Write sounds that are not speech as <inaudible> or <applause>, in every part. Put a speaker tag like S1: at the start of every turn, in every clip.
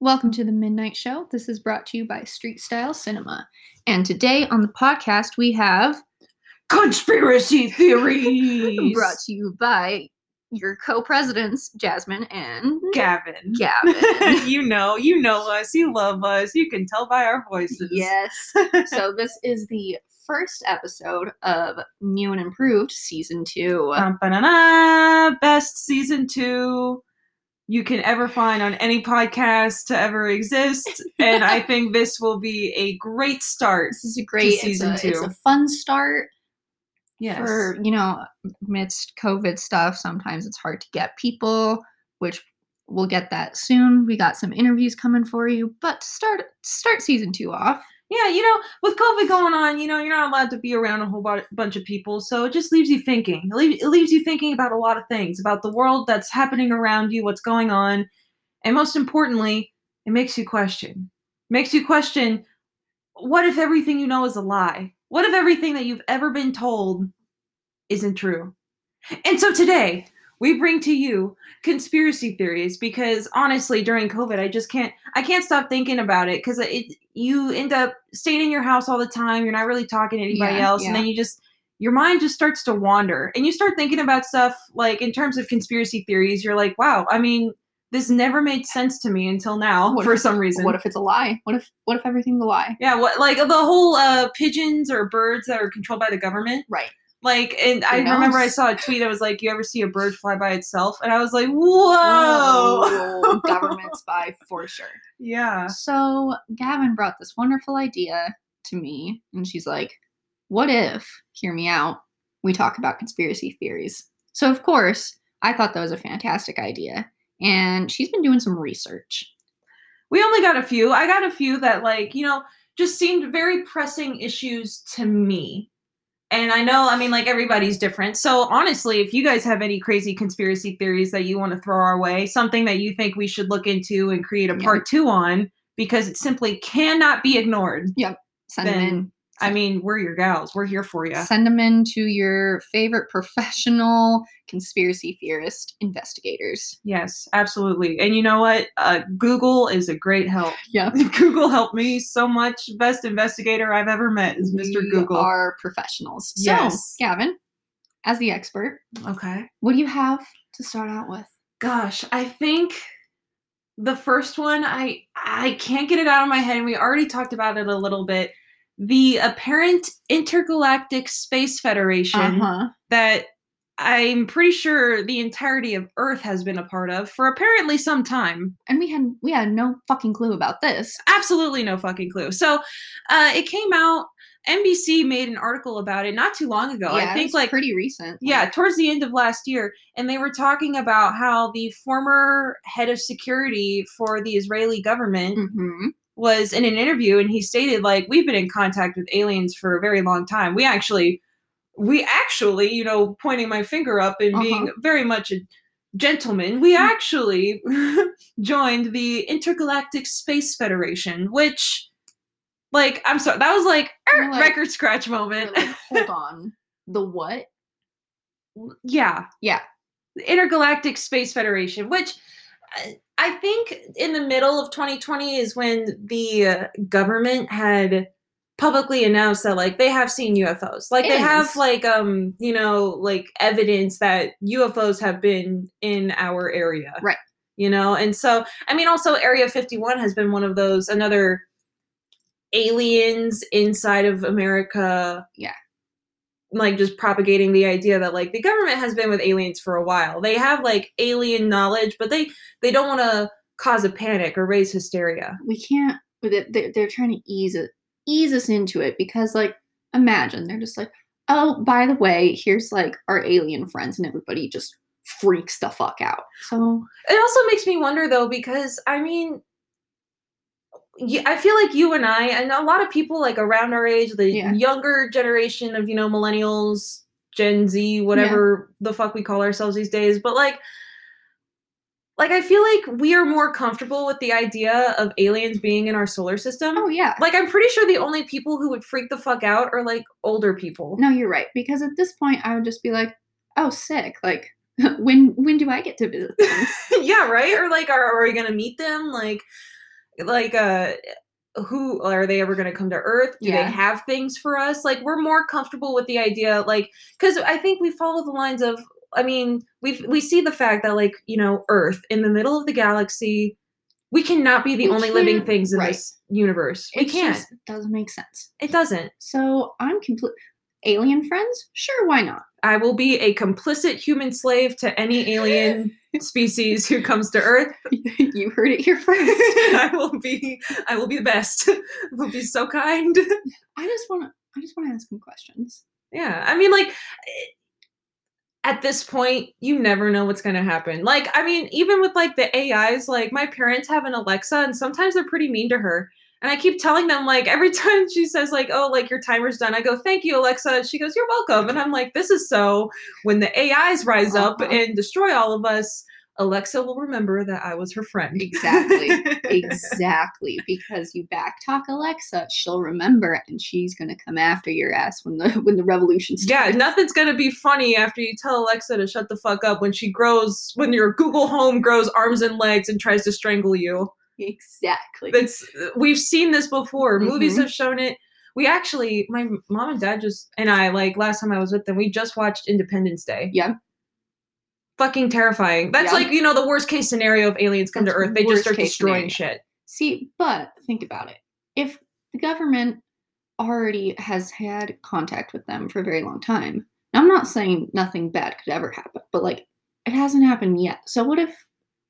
S1: Welcome to the Midnight Show. This is brought to you by Street Style Cinema. And today on the podcast, we have
S2: <laughs> Conspiracy theories.
S1: brought to you by your co presidents, Jasmine and
S2: Gavin. <laughs>
S1: Gavin. <laughs>
S2: you know, you know us. You love us. You can tell by our voices.
S1: yes. So, this is the first episode of New and Improved Season 2.
S2: Bum, ba-na-na, best season two you can ever find on any podcast to ever exist. and I <laughs> think this will be a great start.
S1: this is a great it's
S2: season
S1: a, it's
S2: two.
S1: a fun start
S2: Yes.
S1: for you know amidst covid stuff sometimes it's hard to get people which we'll get that soon we got some interviews coming for you but to start start season two off
S2: yeah, you know, with COVID going on, you know, you're not allowed to be around a whole bo- bunch of people. So it just leaves you thinking. It leaves, it leaves you thinking about a lot of things, about the world that's happening around you, what's going on. And most importantly, it makes you question. makes you question what if everything you know is a lie? What if everything that you've ever been told isn't true? And so today, we bring to you conspiracy theories because honestly during covid i just can't i can't stop thinking about it because it you end up staying in your house all the time you're not really talking to anybody
S1: Yeah,
S2: else and then you just your mind just starts to wander and you start thinking about stuff like in terms of conspiracy theories you're like wow i mean this never made sense to me until now <laughs>
S1: What
S2: for
S1: if-
S2: some reason
S1: what if it's a lie what if what if everything's a lie
S2: yeah what like the whole uh pigeons or birds that are controlled by the government
S1: right
S2: like and i
S1: Who
S2: remember i
S1: knows?
S2: saw a tweet that was like you ever see a bird fly by itself and i was like whoa <laughs>
S1: Whoa, government spy for sure
S2: Yeah.
S1: So Gavin brought this wonderful idea to me, and she's like, What if, hear me out, we talk about conspiracy theories? So, of course, I thought that was a fantastic idea. And she's been doing some research.
S2: We only got a few. I got a few that, like, you know, just seemed very pressing issues to me. And I know, I mean, like, everybody's different. So, honestly, if you guys have any crazy conspiracy theories that you want to throw our way, something that you think we should look into and create a
S1: Yeah.
S2: part two on, because it simply cannot be ignored,
S1: Send them
S2: Then-
S1: in.
S2: I mean, we're your gals. We're here for you.
S1: Send them in to your favorite professional conspiracy theorist investigators.
S2: Yes, absolutely. And you know what? Uh, Google is a great help.
S1: Yep.
S2: <laughs> Google helped me so much. Best investigator I've ever met is Mr.
S1: We
S2: Google.
S1: are professionals. So,
S2: Yes.
S1: Gavin, as the expert,
S2: okay.
S1: what do you have to start out with?
S2: gosh i think the first one i i can't get it out of my head and we already talked about it a little bit the apparent intergalactic space federation
S1: Uh-huh.
S2: that i'm pretty sure the entirety of earth has been a part of for apparently some time
S1: and we had we had no fucking clue about this.
S2: absolutely no fucking clue so uh it came out nbc made an article about it not too long ago
S1: Yeah,
S2: i
S1: it
S2: think
S1: was
S2: like
S1: pretty recent.
S2: yeah towards the end of last year and they were talking about how the former head of security for the israeli government <laughs>
S1: hmm
S2: was in an interview and he stated like we've been in contact with aliens for a very long time we actually we actually you know pointing my finger up and being very much a gentleman we
S1: Uh-huh. Mm.
S2: actually <laughs> joined the intergalactic space federation which like i'm sorry that was like,
S1: You're
S2: er,
S1: like-
S2: record scratch moment
S1: Like, hold on, the what?
S2: yeah
S1: Yeah.
S2: the intergalactic space federation which I- i think in the middle of 2020 is when the uh, government had publicly announced that like they have seen ufos like they have
S1: Aliens.
S2: like um you know like evidence that ufos have been in our area
S1: Right.
S2: you know and so i mean also area 51 has been one of those another aliens inside of america
S1: Yeah.
S2: like just propagating the idea that like the government has been with aliens for a while they have like alien knowledge but they they don't want to cause a panic or raise hysteria
S1: We can't. but they- They're, they're trying to ease it, ease us into it because, like, imagine they're just like, oh, by the way, here's like our alien friends, and everybody just freaks the fuck out. So
S2: it also makes me wonder though because i mean y- i feel like you and i and a lot of people like around our age the
S1: Yeah.
S2: younger generation of you know millennials gen z whatever the fuck we call ourselves these days but like like i feel like we are more comfortable with the idea of aliens being in our solar system
S1: oh yeah,
S2: like i'm pretty sure the only people who would freak the fuck out are like older people
S1: no, you're right. Because at this point, I would just be like, oh, sick. Like, <laughs> when when do I get to visit them?
S2: <laughs> yeah, right? Or like, are, are we gonna meet them? Like, like uh who are they ever going to come to earth do
S1: Yeah.
S2: they have things for us like we're more comfortable with the idea like because i think we follow the lines of i mean we we see the fact that like you know earth in the middle of the galaxy we cannot be the
S1: We
S2: only living
S1: can't-
S2: things in
S1: right.
S2: this universe we
S1: It
S2: can't
S1: just doesn't make sense.
S2: it doesn't
S1: So I'm complete. Alien friends? Sure, why not?
S2: i will be a complicit human slave to any alien species who comes to earth <laughs>
S1: you heard it here first.
S2: i will be i will be the best <laughs> i will be so kind
S1: I just want to. I just want to ask him questions.
S2: Yeah, I mean, like eh, at this point, you never know what's going to happen. Like, I mean, even with like the AIs, like my parents have an Alexa, and sometimes they're pretty mean to her. And I keep telling them, like, every <laughs> time she says, like, oh, like your timer's done, I go, thank you, Alexa. And she goes, you're welcome. And I'm like, this is so when the AIs rise up
S1: Uh-huh.
S2: and destroy all of us, Alexa will remember that I was her friend.
S1: Exactly.
S2: <laughs>
S1: Exactly, because you backtalk Alexa, she'll remember, and she's gonna come after your ass when the when the revolution
S2: Yeah,
S1: starts.
S2: nothing's gonna be funny after you tell Alexa to shut the fuck up when she grows when your Google Home grows arms and legs and tries to strangle you.
S1: exactly.
S2: That's we've seen this before. Movies
S1: Mhm.
S2: have shown it. We actually, my mom and dad just and I like last time I was with them, we just watched Independence Day.
S1: Yeah.
S2: Fucking terrifying. That's
S1: Yeah.
S2: like you know the worst case scenario of aliens come
S1: That's
S2: to Earth. They just
S1: worst
S2: start
S1: case
S2: destroying shit.
S1: See, but think about it. If the government already has had contact with them for a very long time, now I'm not saying nothing bad could ever happen, but like it hasn't happened yet. So what if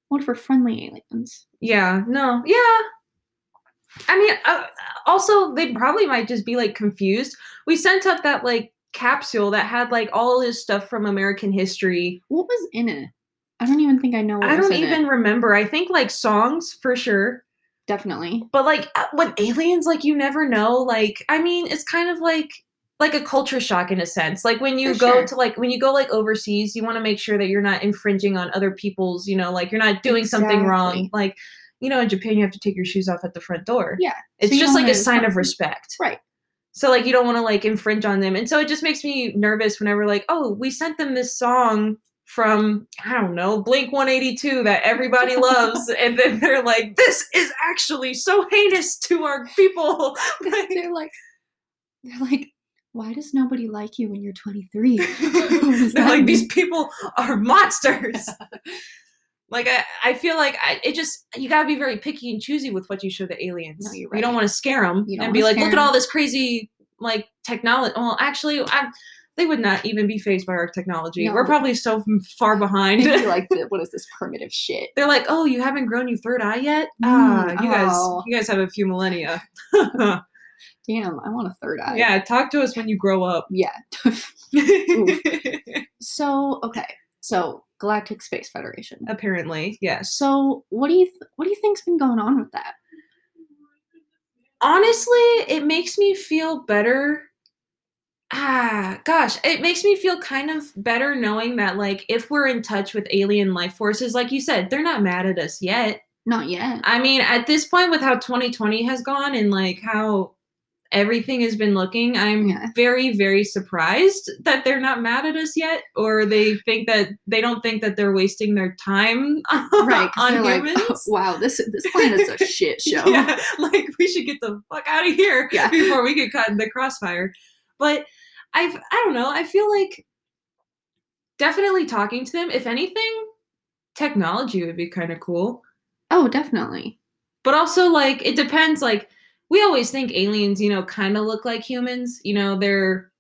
S1: what if we're friendly aliens?
S2: Yeah, no, yeah. I mean, uh, also they probably might just be like confused. We sent up that like capsule that had like all this stuff from American history.
S1: What was in it? I don't even think I know. What
S2: I
S1: was
S2: don't
S1: in it.
S2: even remember. I think like songs for sure,
S1: definitely.
S2: but like uh, with aliens, like you never know. Like I mean, it's kind of like like a culture shock in a sense. Like when you
S1: For
S2: go
S1: sure.
S2: to like when you go like overseas, you want to make sure that you're not infringing on other people's. You know, like you're not doing something wrong.
S1: Exactly.
S2: Like you know, in Japan, you have to take your shoes off at the front door.
S1: Yeah. So
S2: It's
S1: you
S2: just
S1: don't
S2: like a
S1: know
S2: sign of
S1: <laughs> something-
S2: respect.
S1: Right.
S2: So like you don't want to like infringe on them. And so it just makes me nervous whenever like, oh, we sent them this song from I don't know, Blink 182 that
S1: <laughs>
S2: everybody loves and then they're like this is actually so heinous to our people.
S1: Because
S2: Like-
S1: they're like, they're like, why does nobody like you when you're
S2: <laughs>
S1: <laughs> 23?
S2: they're like these people are monsters. <laughs> Like I, I feel like I, it just you gotta be very picky and choosy with what you show the aliens.
S1: No, you're
S2: You don't
S1: right.
S2: want to scare them
S1: You don't
S2: and be
S1: wanna
S2: like, look
S1: scare
S2: at all
S1: 'em."
S2: this crazy like technology. Well, actually, I, they would not even be phased by our technology. We're
S1: No.
S2: probably so f- far
S1: <laughs>
S2: behind. <laughs>
S1: They'd be like, the, what is this primitive shit?
S2: They're like, oh, you haven't grown your third eye yet.
S1: Mm,
S2: ah, you
S1: oh.
S2: guys, you guys have a few millennia. <laughs>
S1: Damn, I want a third eye.
S2: yeah, talk to us when you grow up. <laughs>
S1: Yeah. <laughs> so, okay. So, Galactic Space Federation.
S2: Apparently, yes.
S1: So, what do you th- what do you think's been going on with that?
S2: honestly, it makes me feel better. Ah, gosh, it makes me feel kind of better knowing that, like, if we're in touch with alien life forces, like you said, they're not mad at us yet.
S1: Not
S2: <laughs>
S1: yet.
S2: I mean, at this point, with how 2020 has gone and like how everything has been looking, I'm
S1: Yeah.
S2: very, very surprised that they're not mad at us yet, or they think that they don't think that they're wasting their time <laughs>
S1: Right. 'cause
S2: on
S1: they're like,
S2: humans.
S1: "Oh, <laughs> wow, this this planet's a shit
S2: <laughs>
S1: show.
S2: Yeah, like we should get the fuck out of here
S1: Yeah.
S2: <laughs> before we get caught in the crossfire. But I've I don't know, I feel like definitely talking to them, if anything, technology would be kind of cool.
S1: Oh, definitely.
S2: But also like it depends like we always think aliens, you know, kind of look like humans, you know, they're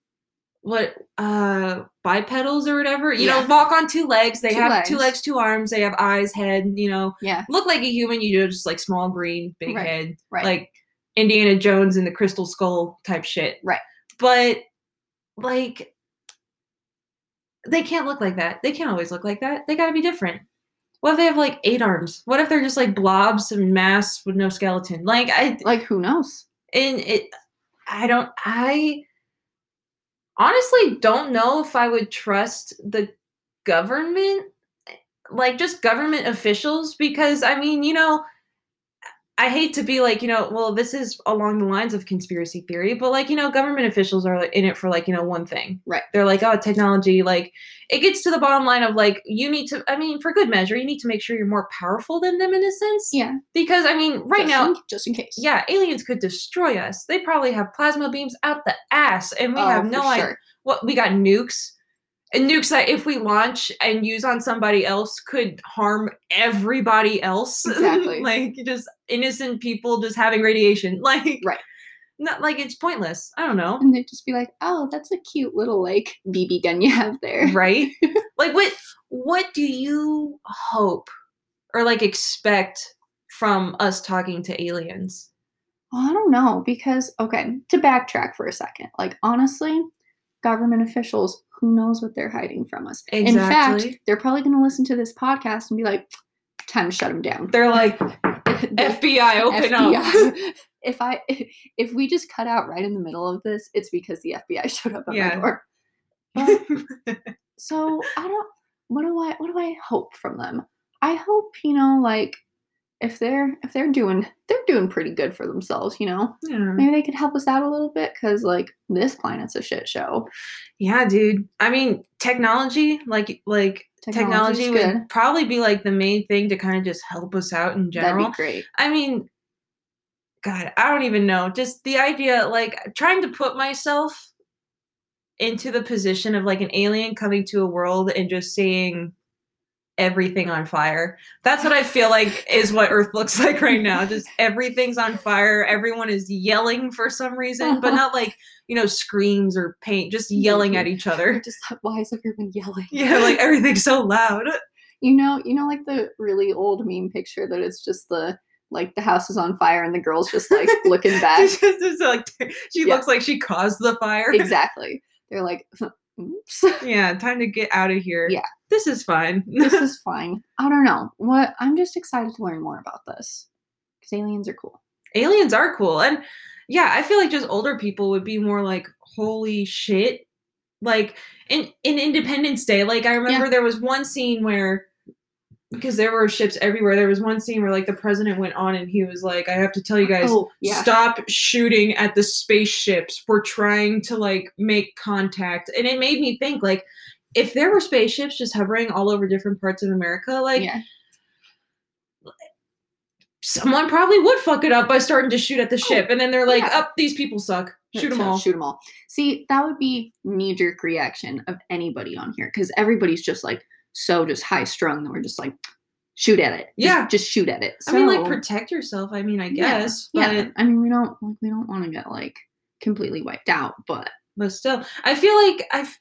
S2: what uh bipedals or whatever you know
S1: Yeah.
S2: walk on two legs they
S1: Two
S2: have two
S1: legs.
S2: legs two arms they have eyes head you know
S1: Yeah.
S2: look like a human you just like small green big
S1: Right.
S2: head
S1: Right.
S2: like Indiana Jones and the Crystal Skull type shit.
S1: Right.
S2: But like they can't look like that. They can't always look like that. They gotta be different. What if they have like eight arms? What if they're just like blobs and mass with no skeleton? Like I
S1: like who knows?
S2: and it I don't I honestly don't know if I would trust the government like just government officials because I mean, you know, I hate to be like, you know, well, this is along the lines of conspiracy theory, but like, you know, government officials are like, in it for like, you know, one thing.
S1: Right.
S2: They're like, oh, technology, like, it gets to the bottom line of like, you need to, I mean, for good measure, you need to make sure you're more powerful than them in a sense.
S1: Yeah.
S2: Because, I mean, right
S1: just
S2: now,
S1: in- just in case.
S2: yeah, aliens could destroy us. They probably have plasma beams out the ass, and we
S1: Oh,
S2: have
S1: for
S2: no idea.
S1: sure.
S2: What we got nukes, and nukes that if we launch and use on somebody else could harm everybody else.
S1: Exactly.
S2: <laughs> like just innocent people just having radiation. <laughs> Like
S1: Right.
S2: Not like it's pointless. I
S1: <laughs>
S2: don't know.
S1: And they'd just be like, "Oh, that's a cute little like BB gun you have there."
S2: right? like what what do you hope or like expect from us talking to aliens?
S1: Well, I don't know because okay, to backtrack for a second, like honestly, government officials, who knows what they're hiding from us? In fact,
S2: Exactly.
S1: they're probably going to listen to this podcast and be like, "Time to shut them down." <laughs>
S2: They're like
S1: The <laughs>
S2: FBI, open up.
S1: FBI. if I <laughs> if we just cut out right in the middle of this, it's because the FBI <laughs> showed up at
S2: Yeah.
S1: my door.
S2: <laughs>
S1: But- so I don't. What do I? What do I hope from them? I hope you know, like if they're if they're doing they're doing pretty good for themselves, you know.
S2: yeah.
S1: Maybe they could help us out a little bit because like this planet's a shit show.
S2: Yeah, dude. I mean, technology, like like
S1: Technology's
S2: technology would probably be like the main thing to kind of just help us out in general.
S1: That'd be great.
S2: I mean, God, I don't even know. Just the idea, like trying to put myself into the position of like an alien coming to a world and just seeing everything on fire. That's what I feel like is what Earth looks <laughs> like right now. Just everything's on fire. Everyone is yelling for some reason, but not
S1: <laughs>
S2: like, you know, screams or paint,
S1: Mm-hmm.
S2: just yelling at each
S1: We're
S2: other. <laughs>
S1: Just like, why is everyone yelling?
S2: Yeah, like everything's so loud.
S1: <laughs> you know, you know, like the really old meme picture that it's just the like the house is on fire and the girls just like looking back.
S2: It's <laughs> just- it's like she
S1: Yeah.
S2: looks like she caused the fire.
S1: exactly. They're like, oops,
S2: yeah, time to get out of here.
S1: Yeah.
S2: This is fun.
S1: this is fine. I don't know what. I'm just excited to learn more about this because aliens are cool.
S2: Aliens are cool. And yeah, I feel like just older people would be more like, holy shit. Like in, in Independence Day, like I remember there was one scene where because there were ships everywhere, there was one scene where like the president went on and he was like, I have to tell you guys,
S1: Oh yeah,
S2: stop shooting at the spaceships we're trying to like make contact and it made me think like if there were spaceships just hovering all over different parts of america like
S1: yeah,
S2: someone probably would fuck it up by starting to shoot at the ship and then they're like
S1: Oh, yeah.
S2: up these people suck shoot them
S1: So,
S2: all
S1: Shoot them all. See, that would be knee jerk reaction of anybody on here because everybody's just like so just high strung that we're just like shoot at it. Just-
S2: Yeah.
S1: just, shoot at it.
S2: i mean like
S1: So-
S2: protect yourself i mean i
S1: Yeah,
S2: guess but
S1: yeah. I mean, we don't like we don't want to get like completely wiped out, but
S2: but still i feel like i f-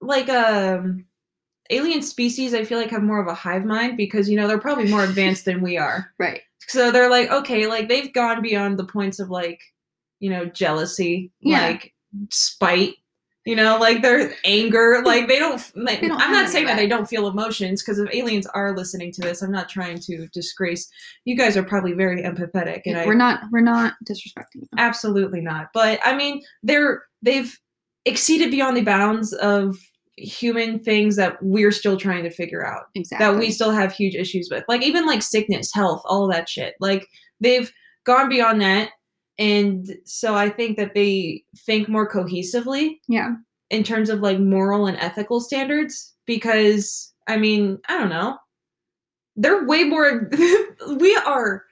S2: like um alien species i feel like have more of a hive mind because you know they're probably
S1: <laughs>
S2: more advanced than we are
S1: right.
S2: so they're like okay like they've gone beyond the points of like you know jealousy
S1: Yeah.
S2: like spite you know like their anger like they don't, like,
S1: They don't have
S2: i'm
S1: any
S2: not
S1: of
S2: saying that
S1: that.
S2: they don't feel emotions because if aliens are listening to this i'm not trying to disgrace you guys are probably very empathetic and
S1: we're
S2: i
S1: not we're not disrespecting you.
S2: absolutely not but i mean they're they've exceeded beyond the bounds of human things that we're still trying to figure out
S1: exactly.
S2: that we still have huge issues with. Like even like sickness, health, all of that shit. Like they've gone beyond that. And so I think that they think more cohesively
S1: yeah
S2: in terms of like moral and ethical standards because I mean, I don't know. They're way more <laughs> we are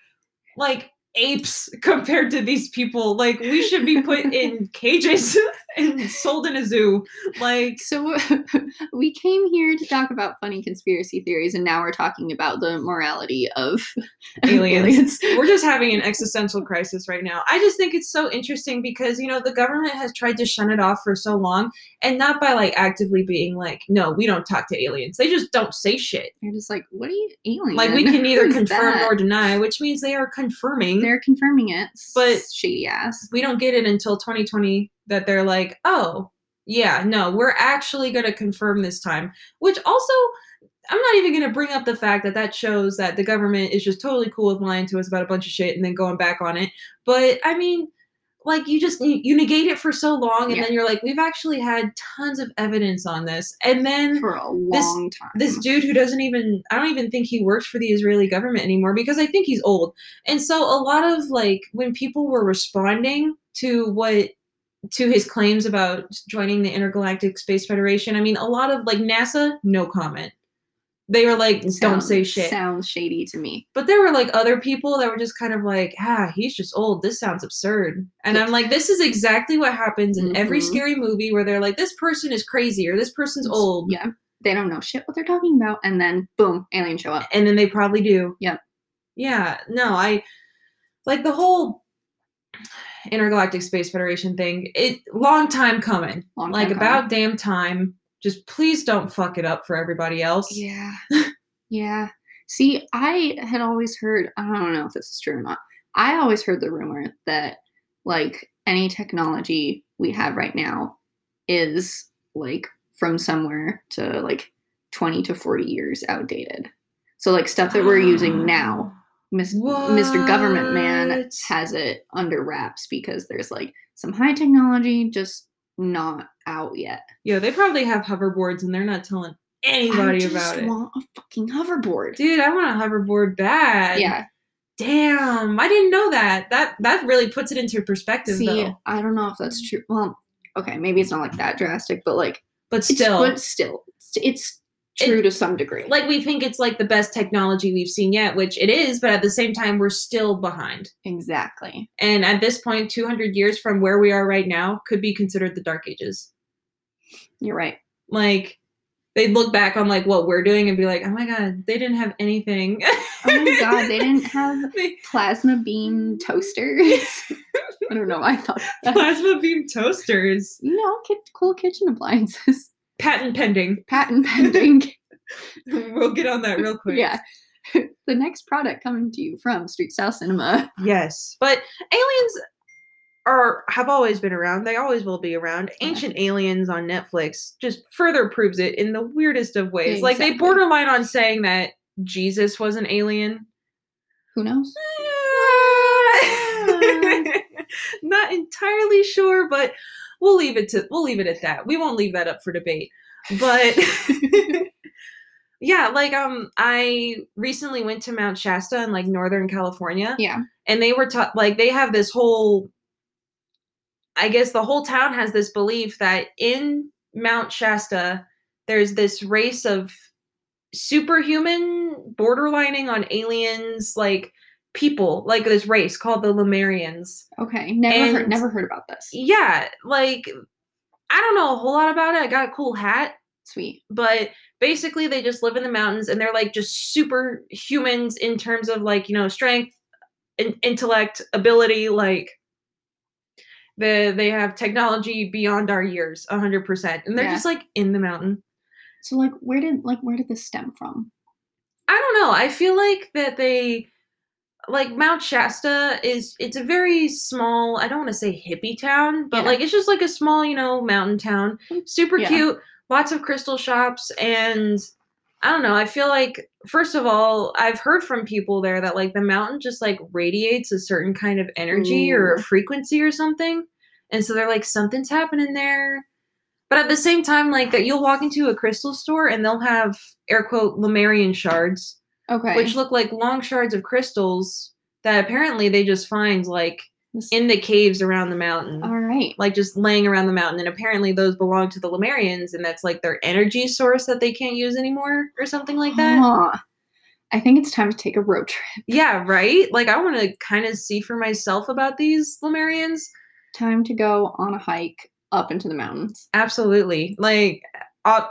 S2: like apes <laughs> compared to these people. Like we should be put
S1: <laughs>
S2: in cages <laughs> and sold in a zoo. Like
S1: so <laughs> we came here to talk about funny conspiracy theories and now we're talking about the morality of <laughs>
S2: Aliens.
S1: aliens.
S2: we're just having an existential crisis right now. I just think it's so interesting because you know the government has tried to shun it off for so long, and not by like actively being like, no, we don't talk to aliens. They just don't say shit.
S1: You're just like, what are you alien?
S2: Like
S1: <laughs>
S2: we can neither
S1: Who's
S2: confirm
S1: that?
S2: nor deny, which means they are confirming.
S1: they're confirming it.
S2: But-
S1: shady ass.
S2: we don't get it until 2020 that they're like, oh, yeah, no, we're actually going to confirm this time. Which also, I'm not even going to bring up the fact that that shows that the government is just totally cool with lying to us about a bunch of shit and then going back on it. But I mean, like you just you, you negate it for so long and
S1: Yeah.
S2: then you're like we've actually had tons of evidence on this and then
S1: for a long time.
S2: this dude who doesn't even i don't even think he works for the israeli government anymore because i think he's old and so a lot of like when people were responding to what to his claims about joining the intergalactic space federation i mean a lot of like nasa no comment they were like don't
S1: Sounds-
S2: say shit
S1: Sounds shady to me.
S2: but there were like other people that were just kind of like, ah, he's just old. This sounds absurd. And I'm like, this is exactly what happens in every
S1: Mhm.
S2: scary movie where they're like, this person is crazy or this person's old.
S1: Yeah. They don't know shit what they're talking about. And then boom, aliens show up.
S2: And then they probably do.
S1: Yep.
S2: Yeah. No, I like the whole intergalactic space federation thing. It long time coming.
S1: Long
S2: like
S1: time
S2: about
S1: coming.
S2: damn time. Just please don't fuck it up for everybody else.
S1: Yeah. yeah. See, I had always heard, I don't know if this is true or not. I always heard the rumor that, like, any technology we have right now is, like, from somewhere to, like, 20 to 40 years outdated. So, like, stuff that we're using
S2: <gasps>
S1: now, Mis- Mr. Government Man
S2: What?
S1: has it under wraps because there's, like, some high technology just not out yet.
S2: Yeah, they probably have hoverboards and they're not telling
S1: I
S2: anybody
S1: just
S2: about it.
S1: want a fucking hoverboard.
S2: Dude, I want a hoverboard bad.
S1: yeah.
S2: Damn, I didn't know that. That that really puts it into perspective
S1: See,
S2: though.
S1: I don't know if that's true. Well, okay, maybe it's not like that drastic, but like
S2: But
S1: it's-
S2: still,
S1: but still, it's, it's true to some degree.
S2: like we think it's like the best technology we've seen yet, which it is, but at the same time we're still behind.
S1: exactly.
S2: And at this point, 200 years from where we are right now could be considered the dark ages.
S1: You're
S2: <laughs>
S1: right.
S2: Like they'd look back on like what we're doing and be like, "Oh my god, they didn't have anything." <laughs>
S1: Oh my god, they didn't have
S2: They-
S1: plasma beam toasters. <laughs> I don't know. why I thought that.
S2: Plasma beam toasters.
S1: You know, kid, cool kitchen appliances, <laughs>
S2: Patent pending. <laughs>
S1: patent pending.
S2: We'll get on that real quick.
S1: yeah. <laughs> The next product coming to you from Street Style Cinema.
S2: Yes. But aliens are have always been around. They always will be around.
S1: Yeah.
S2: Ancient Aliens on Netflix just further proves it in the weirdest of ways. Like they
S1: Exactly.
S2: borderline on saying that Jesus was an alien.
S1: Who knows?
S2: <laughs> Not entirely sure, but we'll leave it to we'll leave it at that. We won't leave that up for debate. But yeah, like um I recently went to Mount Shasta in like Northern California
S1: Yeah.
S2: and they were taught like they have this whole i guess the whole town has this belief that in mount shasta there's this race of superhuman borderlining on aliens like people like this race called the lemurians
S1: Okay. Never heard,
S2: And-
S1: never heard about this.
S2: yeah like i don't know a whole lot about it i got a cool hat
S1: Sweet.
S2: but basically they just live in the mountains and they're like just super humans in terms of like you know strength in- intellect ability like the they have technology beyond our years 100% and they're
S1: Yeah.
S2: just like in the mountain
S1: So like, where did like where did this stem from?
S2: i don't know i feel like that they like mount shasta is it's a very small i don't want to say hippie town but
S1: Yeah. Mm,
S2: like it's just like a small you know mountain town super
S1: Yeah.
S2: cute lots of crystal shops and i don't know i feel like first of all i've heard from people there that like the mountain just like radiates a certain kind of energy or a
S1: Ooh.
S2: frequency or something and so they're like something's happening there but at the same time like that you'll walk into a crystal store and they'll have air quote lemurian shards
S1: Okay.
S2: which look like long shards of crystals that apparently they just find like
S1: This-
S2: in the caves around the mountain
S1: all right.
S2: like just laying around the mountain. And apparently, those belong to the Lemurians, and that's like their energy source that they can't use anymore, or something like that.
S1: Huh. Ah. I think it's time to take a road trip.
S2: Yeah, right. Like I want to kind of see for myself about these Lemurians.
S1: Time to go on a hike up into the mountains.
S2: Absolutely. Like, uh,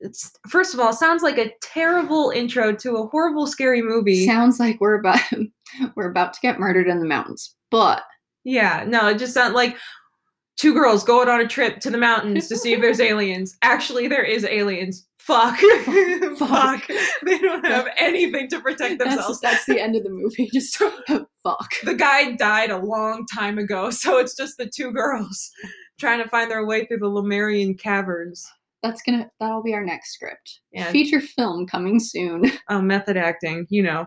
S2: it's first of all, sounds like a terrible intro to a horrible, scary movie.
S1: Sounds like we're about <laughs> we're about to get murdered in the mountains. But
S2: yeah, no, it just sounds like. Two girls going on a trip to the mountains to see
S1: <laughs>
S2: if there's aliens. Actually, there is aliens. Fuck. <laughs> Fuck. They don't have anything to protect
S1: that's,
S2: themselves.
S1: that's the end of the movie. <laughs> Just fuck.
S2: the guy died a long time ago, <laughs> so it's just the two girls <laughs> trying to find their way through the Lemurian caverns.
S1: That's gonna that'll be our next script.
S2: Yeah.
S1: Feature film coming soon. <laughs>
S2: Uh, method acting, you know.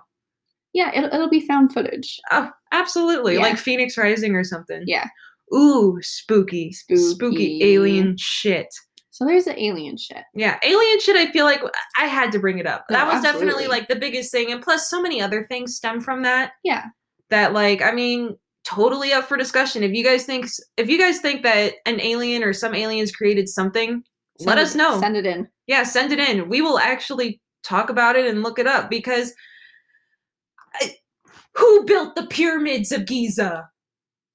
S1: Yeah, it'll, it'll be found footage.
S2: Oh, absolutely.
S1: Yeah.
S2: Like Phoenix Rising or something.
S1: Yeah.
S2: ooh, spooky, spooky,
S1: Spooky.
S2: alien shit.
S1: So there's the alien shit.
S2: Yeah, alien shit. I feel like I had to bring it up.
S1: Oh,
S2: That was
S1: absolutely.
S2: definitely like the biggest thing, and plus, so many other things stem from that.
S1: Yeah.
S2: That like, I mean, totally up for discussion. If you guys think, if you guys think that an alien or some aliens created something, let
S1: Send
S2: us
S1: it-
S2: know.
S1: Send it in.
S2: yeah, send it in. We will actually talk about it and look it up because I, who built the pyramids of Giza?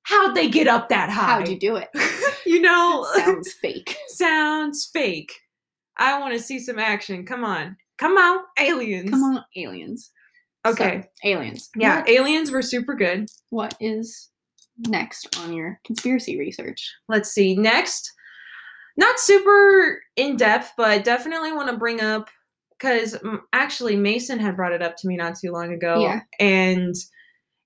S2: How'd they get up that high?
S1: How'd you do
S2: <laughs>
S1: it?
S2: you know,
S1: Sounds fake.
S2: sounds fake. I want to see some action. Come on. Come on, aliens.
S1: Come on, aliens.
S2: Okay.
S1: So, aliens.
S2: yeah,
S1: What-
S2: aliens were super good.
S1: what is next on your conspiracy research?
S2: Let's see. Next, not super in depth, but definitely want to bring up because actually Mason had brought it up to me not too long ago.
S1: Yeah.
S2: And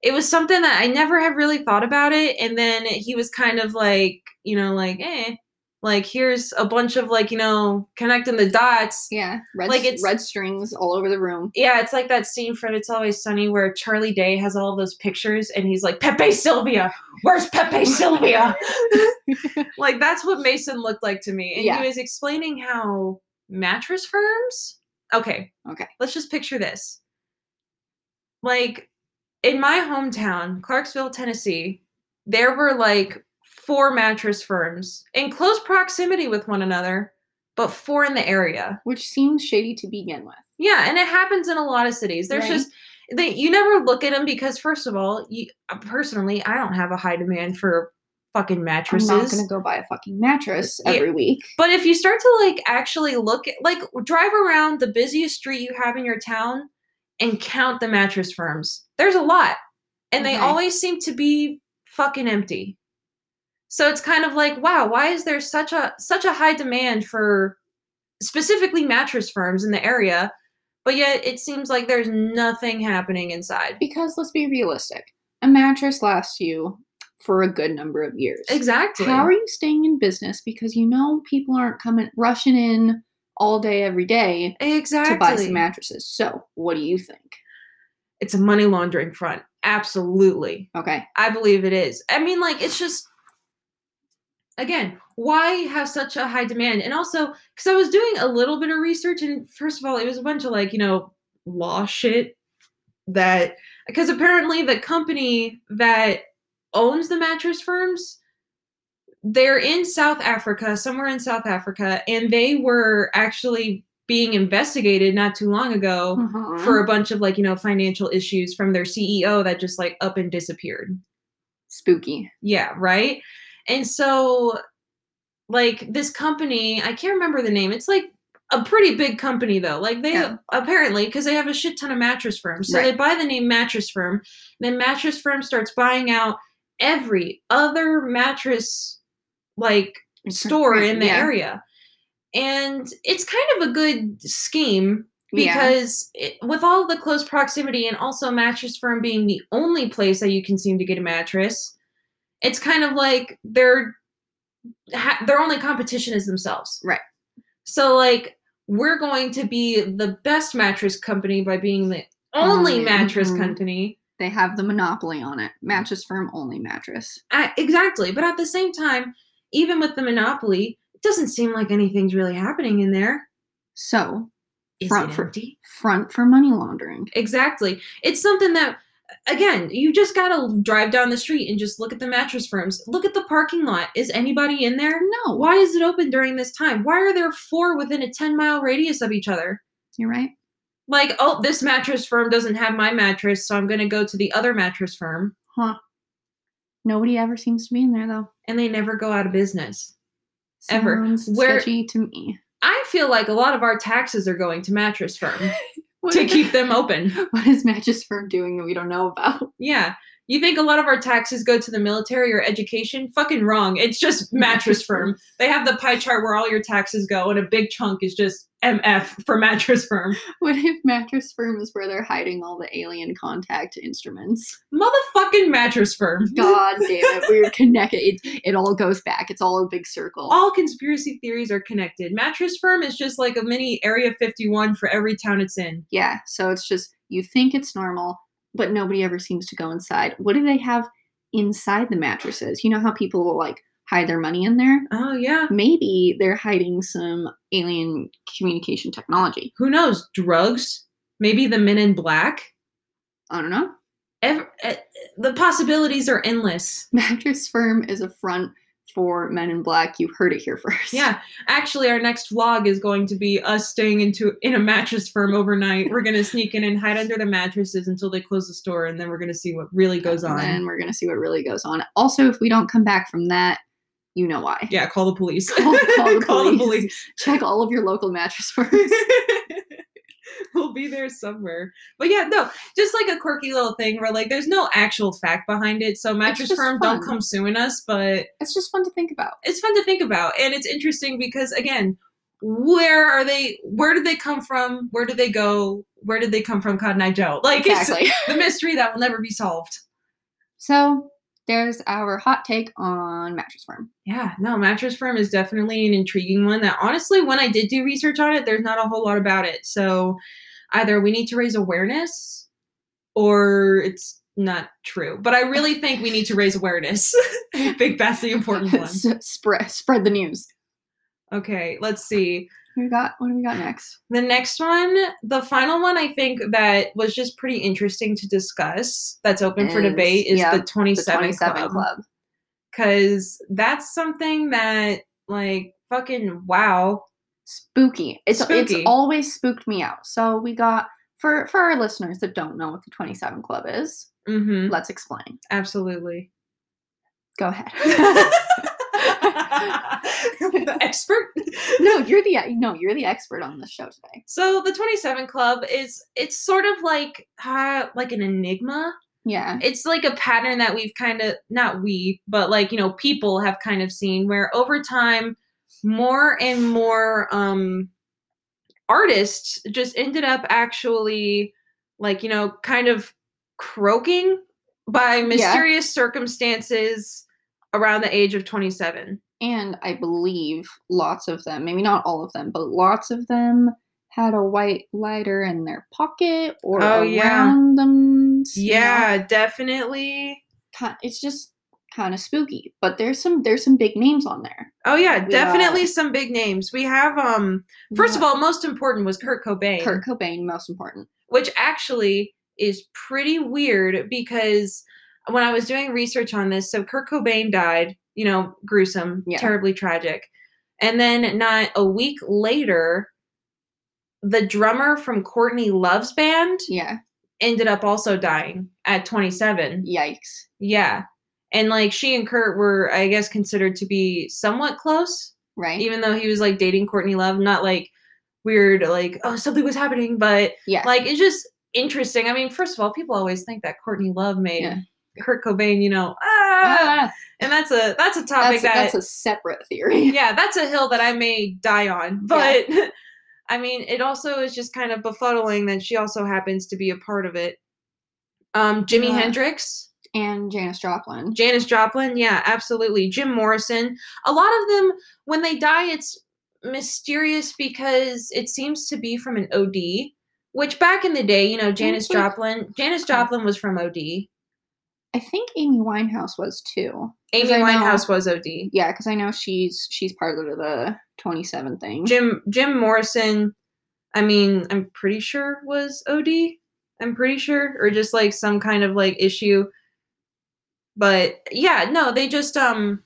S2: it was something that I never had really thought about it. And then he was kind of like, you know, like, eh, like here's a bunch of like, you know, connecting the dots.
S1: Yeah, red
S2: Like,
S1: like
S2: it's-
S1: red strings all over the room.
S2: Yeah, it's like that scene from It's Always Sunny where Charlie Day has all those pictures and he's like, Pepe Sylvia, where's
S1: <laughs>
S2: Pepe Sylvia? like, that's what Mason looked like to me. And
S1: Yeah.
S2: he was explaining how mattress firms. Okay.
S1: Okay.
S2: Let's just picture this. Like, in my hometown, Clarksville, Tennessee, there were like four mattress firms in close proximity with one another, but four in the area.
S1: Which seems shady to begin with.
S2: Yeah, and it happens in a lot of cities. There's
S1: Right.
S2: just they you never look at them because first of all, you uh, personally, I don't have a high demand for fucking mattresses.
S1: I'm not gonna go buy a fucking mattress
S2: Yeah.
S1: every week.
S2: But if you start to like actually look at like drive around the busiest street you have in your town and count the mattress firms. There's a lot. And they
S1: Okay.
S2: always seem to be fucking empty. So it's kind of like, wow, why is there such a such a high demand for specifically mattress firms in the area, but yet it seems like there's nothing happening inside.
S1: Because let's be realistic, a mattress lasts you for a good number of years.
S2: Exactly.
S1: How are you staying in business? Because you know people aren't coming rushing in all day every day
S2: exactly.
S1: to buy some mattresses. So what do you think?
S2: it's a money laundering front. Absolutely.
S1: Okay.
S2: I believe it is. I mean, like, it's just, again, why have such a high demand? And also, because I was doing a little bit of research, and first of all, it was a bunch of like, you know, law shit that, because apparently the company that owns the mattress firms, they're in South Africa, somewhere in South Africa, and they were actually being investigated not too long ago
S1: Uh-huh.
S2: for a bunch of like, you know, financial issues from their CEO that just like up and disappeared.
S1: spooky.
S2: Yeah, right. And so, like, this company, I can't remember the name. It's like a pretty big company, though. Like, they
S1: Yeah.
S2: apparently, because they have a shit ton of mattress firms. So
S1: Right.
S2: they buy the name Mattress Firm. Then Mattress Firm starts buying out every other mattress, like, store in the
S1: Yeah.
S2: area. And it's kind of a good scheme
S1: yeah.
S2: because it, with all the close proximity and also mattress firm being the only place that you can seem to get a mattress it's kind of like their ha- their only competition is themselves
S1: Right.
S2: so like we're going to be the best mattress company by being the only
S1: Only,
S2: mattress
S1: mhm.
S2: company
S1: they have the monopoly on it.
S2: Mm-hmm.
S1: Mattress firm only mattress.
S2: I, exactly but at the same time even with the monopoly it doesn't seem like anything's really happening in there
S1: So
S2: Is
S1: Front
S2: it
S1: for-
S2: empty?
S1: front for money laundering.
S2: Exactly. It's something that, again, you just gotta drive down the street and just look at the mattress firms. Look at the parking lot. Is anybody in there?
S1: No,
S2: Why is it open during this time? Why are there four within a 10 mile radius of each other?
S1: you're right.
S2: Like, oh, this mattress firm doesn't have my mattress, so I'm gonna go to the other mattress firm.
S1: Nobody ever seems to be in there though.
S2: And they never go out of business. Ever.
S1: Sounds
S2: Where-
S1: sketchy to me.
S2: I feel like a lot of our taxes are going to mattress firm
S1: What
S2: to
S1: is-
S2: <laughs> keep them open.
S1: What is mattress firm doing that we don't know about? <laughs>
S2: Yeah. You think a lot of our taxes go to the military or education? Fucking wrong. It's just mattress firm. They have the pie chart where all your taxes go, and a big chunk is just MF for mattress firm.
S1: What if mattress firm is where they're hiding all the alien contact
S2: <laughs>
S1: instruments?
S2: Motherfucking mattress firm.
S1: God damn it, we're connected. It, it all goes back. It's all a big circle.
S2: All conspiracy theories are connected. Mattress firm is just like a mini Area 51 for every town it's in.
S1: yeah, so it's just you think it's normal, but nobody ever seems to go inside. What do they have inside the mattresses. You know how people will like hide their money in there?
S2: Oh yeah.
S1: Maybe they're hiding some alien communication technology.
S2: Who knows? Drugs? Maybe the Men in Black?
S1: I don't know. <laughs>
S2: Ev- eh, the possibilities are endless.
S1: Mattress firm is a front for men in black. You heard it here first.
S2: Yeah. Actually, our next vlog is going to be us staying into in a mattress firm overnight. We're gonna sneak in and hide under the mattresses until they close the store, and then we're gonna see what really goes on.
S1: And then we're going to see what really goes on. Also, if we don't come back from that, you know why.
S2: yeah, call the police.
S1: <laughs> Call-
S2: <laughs>
S1: call the
S2: the
S1: police. Check all of your local
S2: <laughs>
S1: mattress firms.
S2: we'll be there somewhere. But yeah, no, just like a quirky little thing where like there's no actual fact behind it. So mattress
S1: just
S2: firm, don't
S1: fun.
S2: come suing us, but
S1: it's just fun to think about.
S2: it's fun to think about, and it's interesting because again, where are they? Where did they come from? Where did they go? Where did they come from, Cotton Eye Joe? Like
S1: Exactly.
S2: it's <laughs> the mystery that will never be solved.
S1: so there's our hot take on mattress firm.
S2: Yeah, no, mattress firm is definitely an intriguing one that honestly, when I did do research on it, there's not a whole lot about it. So either we need to raise awareness or it's not true. But I really think we need to raise awareness. <laughs> I think that's
S1: <laughs>
S2: the important one.
S1: S- spread spread the news.
S2: Okay, let's see.
S1: We got what do we got next?
S2: The next one, the final one I think that was just pretty interesting to discuss that's open for
S1: Is-
S2: debate is
S1: yeah,
S2: the 27, Club.
S1: Club.
S2: Cause that's something that like fucking wow.
S1: Spooky. It's
S2: Spooky.
S1: it's always spooked me out. So we got for for our listeners that don't know what the 27 Club is,
S2: Mm-hmm.
S1: let's explain.
S2: Absolutely.
S1: Go
S2: <laughs>
S1: ahead. <laughs>
S2: the expert.
S1: no, you're the no, you're the expert on this show today.
S2: So the 27 Club is it's sort of like uh, like an enigma.
S1: Yeah.
S2: It's like a pattern that we've kind of not we, but like you know people have kind of seen where over time more and more um artists just ended up actually like you know kind of croaking by mysterious circumstances around the age of 27.
S1: and I believe lots of them, maybe not all of them, but lots of them had a white lighter in their pocket or
S2: Oh,
S1: around
S2: yeah.
S1: them. s- you know?
S2: Yeah, definitely.
S1: Ki- it's just kind of spooky. But there's some there's some big names on there.
S2: Oh yeah,
S1: We,
S2: definitely some big names. We have um first of all, most important was Kurt Cobain,
S1: Kurt Cobain, most important.
S2: which actually is pretty weird because when I was doing research on this, so Kurt Cobain died, you know, gruesome,
S1: Yeah.
S2: terribly tragic. And then not a week later, the drummer from Courtney Love's band
S1: Yeah.
S2: ended up also dying at 27.
S1: Yikes.
S2: Yeah. And like she and Kurt were, I guess, considered to be somewhat close,
S1: Right.
S2: even though he was like dating Courtney Love, not like weird, like, oh, something was happening, but
S1: yeah.
S2: like it's just interesting. I mean, first of all, people always think that Courtney Love made
S1: Yeah.
S2: Kurt Cobain, you know, ah,
S1: Ah,
S2: and that's a that's a
S1: that's,
S2: topic that
S1: that's a separate theory.
S2: yeah, that's a hill that I may die on. But <laughs> I mean, it also is just kind of befuddling that she also happens to be a part of it. Um, Jimi
S1: Yeah.
S2: Hendrix,
S1: <laughs> And Janis Joplin.
S2: Janis Joplin, yeah, absolutely. Jim Morrison. A lot of them, when they die, it's mysterious because it seems to be from an OD. Which back in the day, you know, Janis
S1: it's like-
S2: Joplin. Janis Joplin was from OD. Amy
S1: I think Amy Winehouse was too. I know-
S2: Winehouse was OD.
S1: Yeah, because I know she's she's part of the 27 thing.
S2: Jim Jim Morrison. I mean, I'm pretty sure was OD. I'm pretty sure, or just like some kind of like issue. But yeah, no, they just um,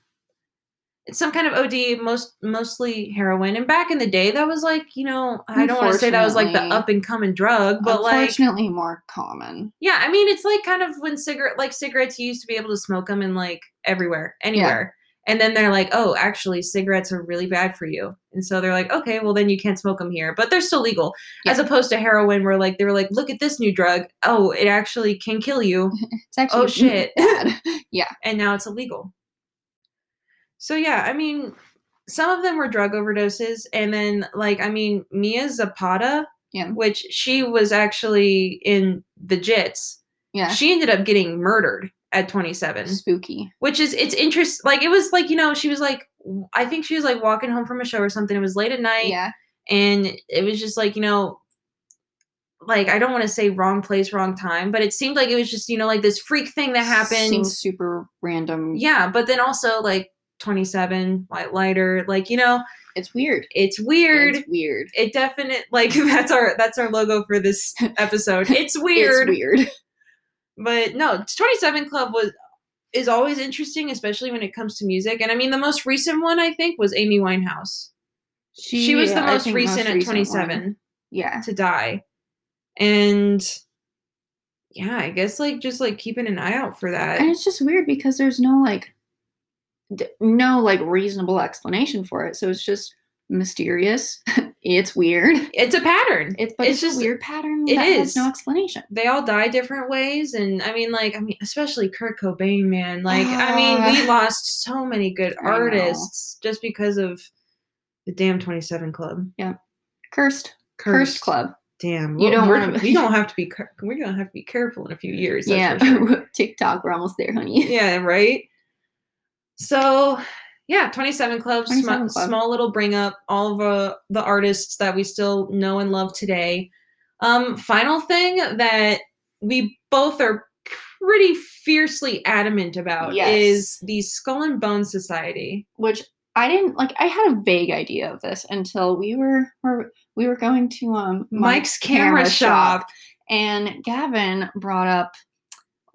S2: it's some kind of OD, most mostly heroin. And back in the day, that was like you know, I don't want to say that was like the
S1: Unfortunately.
S2: up and coming drug, but like
S1: Unfortunately, more common.
S2: yeah, I mean, it's like kind of when cigarette, like cigarettes, you used to be able to smoke them in like everywhere, anywhere. And then they're like, oh, actually, cigarettes are really bad for you. And so they're like, okay, well, then you can't smoke them here, but they're still legal. As
S1: Yeah.
S2: opposed to heroin, where like they were like, look at this new drug. Oh, it actually can kill you.
S1: It's actually <laughs>
S2: Oh, shit.
S1: bad. yeah,
S2: And now it's illegal. So yeah, I mean, some of them were drug overdoses. And then, like, I mean, Mia Zapata,
S1: yeah,
S2: which she was actually in the Jits
S1: yeah.
S2: she ended up getting murdered at 27
S1: Spooky.
S2: which is it's interest like it was like you know she was like w- i think she was like walking home from a show or something it was late at night
S1: Yeah,
S2: and it was just like you know like I don't want to say wrong place, wrong time, but it seemed like it was just you know like this freak thing that happened.
S1: Seems super random.
S2: yeah, but then also like 27 white lighter, like you know,
S1: It's weird.
S2: it's weird.
S1: It's weird.
S2: it definite like <laughs> that's our that's our logo
S1: <laughs>
S2: for this episode. It's weird,
S1: It's weird. <laughs>
S2: but no, 27 Club was is always interesting, especially when it comes to music. And I mean, the most recent one I think was Amy Winehouse. She, was the
S1: I
S2: most
S1: think
S2: recent at
S1: recent
S2: 27
S1: one. Yeah.
S2: to die, and yeah, I guess like just like keeping an eye out for
S1: And
S2: that.
S1: it's just weird because there's no like d- no like reasonable explanation for it. So it's just mysterious. <laughs> it's weird.
S2: It's a pattern.
S1: It's but
S2: It's
S1: it's,
S2: just-
S1: just a weird pattern
S2: it
S1: that
S2: is.
S1: has no explanation.
S2: they all die different ways and i mean like i mean especially kurt cobain man like i mean
S1: Ah. <sighs>
S2: we lost so many good
S1: I know.
S2: artists just because of the damn 27 club
S1: Cursed. Cursed, club.
S2: damn
S1: You
S2: well,
S1: don't
S2: we're-
S1: wanna-
S2: we don't have to be cur- we're gonna have to be careful in a few years that's
S1: yeah. <laughs>
S2: for sure.
S1: TikTok, we're almost there, honey.
S2: yeah right so yeah 27 club, sm-
S1: 27 Club.
S2: small little bring up all of uh, the artists that we still know and love today um final thing that we both are pretty fiercely adamant about
S1: Yes.
S2: is the skull and bone society
S1: Which I didn't like I had a vague idea of this until we were, were we were going to um
S2: mike's camera, shop,
S1: and Gavin brought up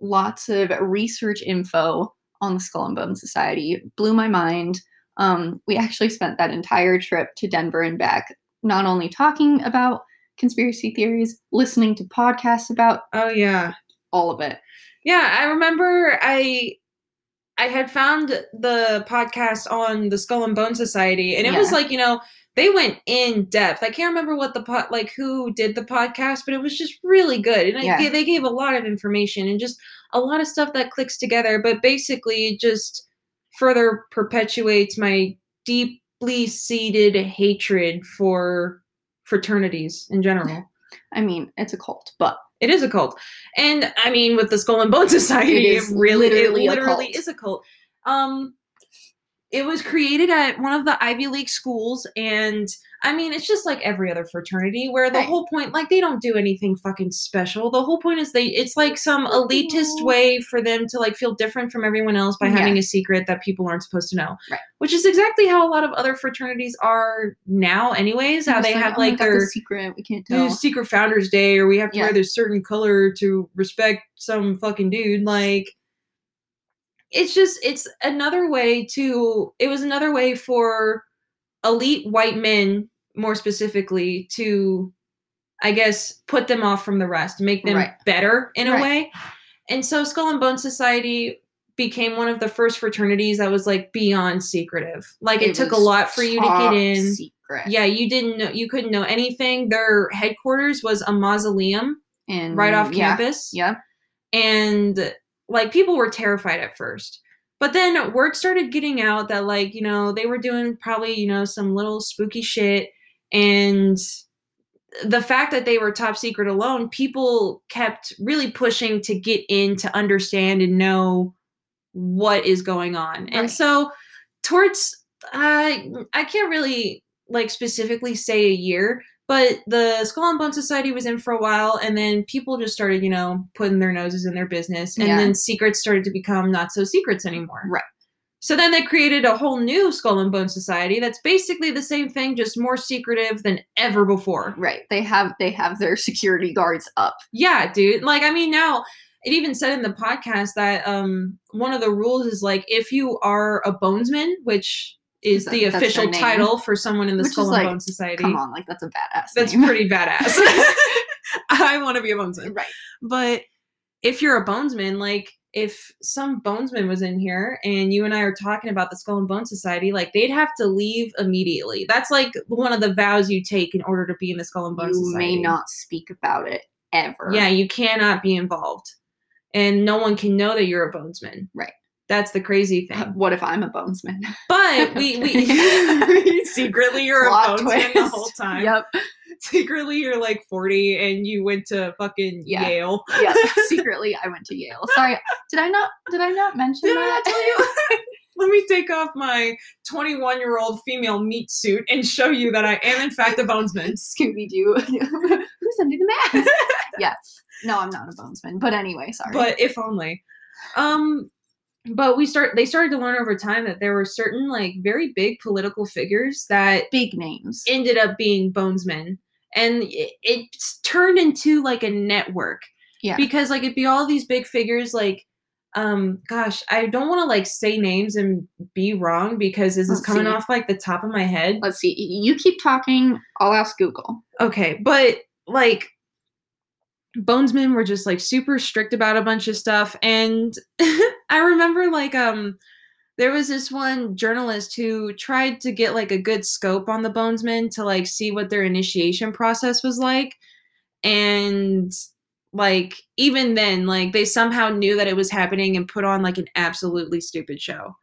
S1: lots of research info on the Skull and Bone Society. Blew my mind. Um, we actually spent that entire trip to Denver and back, not only talking about conspiracy theories, listening to podcasts about
S2: oh yeah
S1: all of it.
S2: yeah i remember i i had found the podcast on the skull and bone society and it was
S1: Yeah.
S2: like you know they went in depth i can't remember what the pot like who did the podcast but it was just really good and I,
S1: Yeah.
S2: ga- they gave a lot of information and just a lot of stuff that clicks together but basically it just further perpetuates my deeply seated hatred for fraternities in general
S1: I mean, it's a cult, but
S2: it is a cult. And I mean, with the Skull and Bone <laughs> Society,
S1: It
S2: it,
S1: is
S2: really,
S1: literally
S2: it
S1: a
S2: literally
S1: cult.
S2: is a cult. Um, it was created at one of the Ivy League schools, and I mean, it's just like every other fraternity, where the
S1: Right.
S2: whole point, like, they don't do anything fucking special. The whole point is they, it's like some elitist
S1: Aw.
S2: way for them to like feel different from everyone else by
S1: Yeah.
S2: having a secret that people aren't supposed to know.
S1: Right.
S2: Which is exactly how a lot of other fraternities are now, anyways. How
S1: Just
S2: they have
S1: oh my
S2: like
S1: God,
S2: their
S1: the secret. We can't
S2: do
S1: tell.
S2: secret founders day or we have to wear
S1: Yeah.
S2: this certain color to respect some fucking dude like it's just it's another way to it was another way for elite white men more specifically to i guess put them off from the rest make them
S1: Right.
S2: better in a
S1: Right.
S2: way and so skull and bone society became one of the first fraternities that was like beyond secretive like it, took a
S1: was
S2: lot for you to get
S1: top
S2: in
S1: Secret.
S2: yeah, you didn't know you couldn't know anything. Their headquarters was a mausoleum
S1: And
S2: right off
S1: yeah,
S2: campus.
S1: Yep.
S2: And like people were terrified at first. But then word started getting out that like, you know, they were doing probably, you know, some little spooky shit and the fact that they were top secret alone, people kept really pushing to get in to understand and know what is going on. And
S1: Right.
S2: so towards uh, I can't really like specifically say a year, but the Skull and Bone Society was in for a while, and then people just started, you know, putting their noses in their business, and
S1: Yeah.
S2: then secrets started to become not so secrets anymore.
S1: Right.
S2: So then they created a whole new Skull and Bone Society that's basically the same thing, just more secretive than ever before.
S1: Right. They have they have their security guards up.
S2: Yeah, dude. Like, I mean, now it even said in the podcast that um one of the rules is like if you are a bonesman, which is
S1: Is that-
S2: the
S1: that's their
S2: official
S1: name?
S2: title for someone in the
S1: Which is
S2: Skull and
S1: like,
S2: Bone Society.
S1: Come on, like that's a badass.
S2: That's
S1: name.
S2: pretty badass. <laughs> I want to be a bonesman.
S1: <laughs> right.
S2: But if you're a bonesman, like if some bonesman was in here and you and I are talking about the Skull and Bone Society, like they'd have to leave immediately. That's like one of the vows you take in order to be in the Skull and Bone
S1: you
S2: Society.
S1: may not speak about it ever. <laughs>
S2: Yeah, you cannot be involved. And no one can know that you're a bonesman.
S1: Right.
S2: That's the crazy
S1: Uh, <laughs>
S2: thing.
S1: What if I'm a
S2: <laughs>
S1: bonesman? <laughs>
S2: But we, we <laughs> secretly you're
S1: Plot
S2: a bonesman the
S1: twist.
S2: whole time.
S1: Yep.
S2: <laughs> Secretly you're like 40 and you went to fucking
S1: Yeah.
S2: Yale.
S1: Yep. Secretly, I went to Yale. Sorry. Did I not? Did I not mention
S2: <laughs> Did I
S1: that?
S2: not tell you? <laughs> let me take off my 21 year old female meat suit and show you that I am, in fact, a <laughs> bonesman.
S1: <laughs> Scooby Doo. Who's under the
S2: <laughs>
S1: mask? yeah. No, I'm not a bonesman. But anyway, sorry.
S2: But if only. Um, but we start. They started to learn over time that there were certain like very big political figures that
S1: big names.
S2: ended up being bonesmen, and it, it turned into like a network.
S1: Yeah.
S2: Because like it'd be all these big figures like. Um, gosh, I don't want to like say names and be wrong because this is
S1: Let's
S2: coming
S1: Oh, see.
S2: off like the top of my head.
S1: Let's see. y- You keep talking. I'll ask Google.
S2: okay but like bonesmen were just like super strict about a bunch of stuff and i remember like um there was this one journalist who tried to get like a good scope on the bonesmen to like see what their initiation process was like and like even then like they somehow knew that it was happening and put on like an absolutely stupid show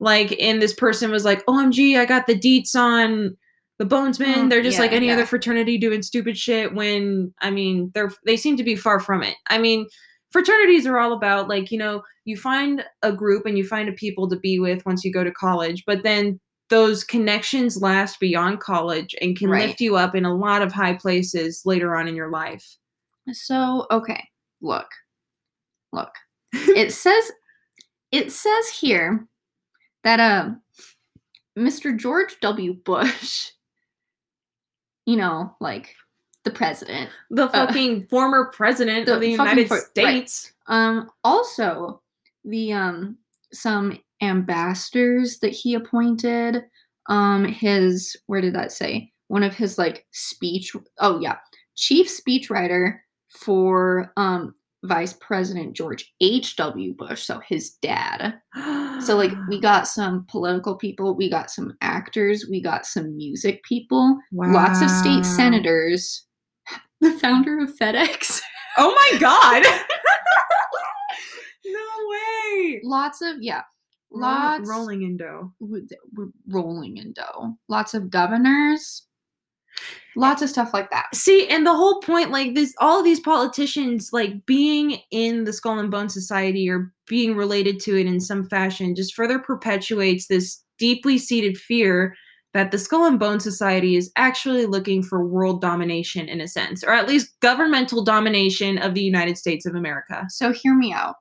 S2: like and this person was like omg i got the deets on the bonesmen
S1: Mm,
S2: they're just like
S1: yeah,
S2: any
S1: yeah.
S2: other fraternity doing stupid shit when i mean they're they seem to be far from it i mean fraternities are all about like you know you find a group and you find a people to be with once you go to college but then those connections last beyond college and can
S1: Right.
S2: lift you up in a lot of high places later on in your life
S1: So, okay. Look. Look. it says it says here that um Mr. George W. Bush, you know, like the president,
S2: the fucking former president
S1: the
S2: of Uh, the
S1: fucking
S2: united
S1: for- right.
S2: <gasps> states
S1: um also the um some ambassadors that he appointed um his where did that say one of his like speech oh yeah chief speechwriter for um vice president george h.w bush so his dad So like
S2: <gasps>
S1: we got some political people, we got some actors, we got some music people, lots of
S2: Wow.
S1: state senators, <laughs> the founder of FedEx, <laughs>
S2: Oh my god. <laughs> no way.
S1: lots of yeah,
S2: Roll-
S1: lots
S2: rolling in dough.
S1: w- th- we're rolling in dough, lots of governors, lots of stuff like that.
S2: See, and the whole point, like this, all of these politicians, like being in the Skull and Bone Society or being related to it in some fashion, just further perpetuates this deeply seated fear that the Skull and Bone Society is actually looking for world domination in a sense, or at least governmental domination of the United States of America.
S1: So hear me out.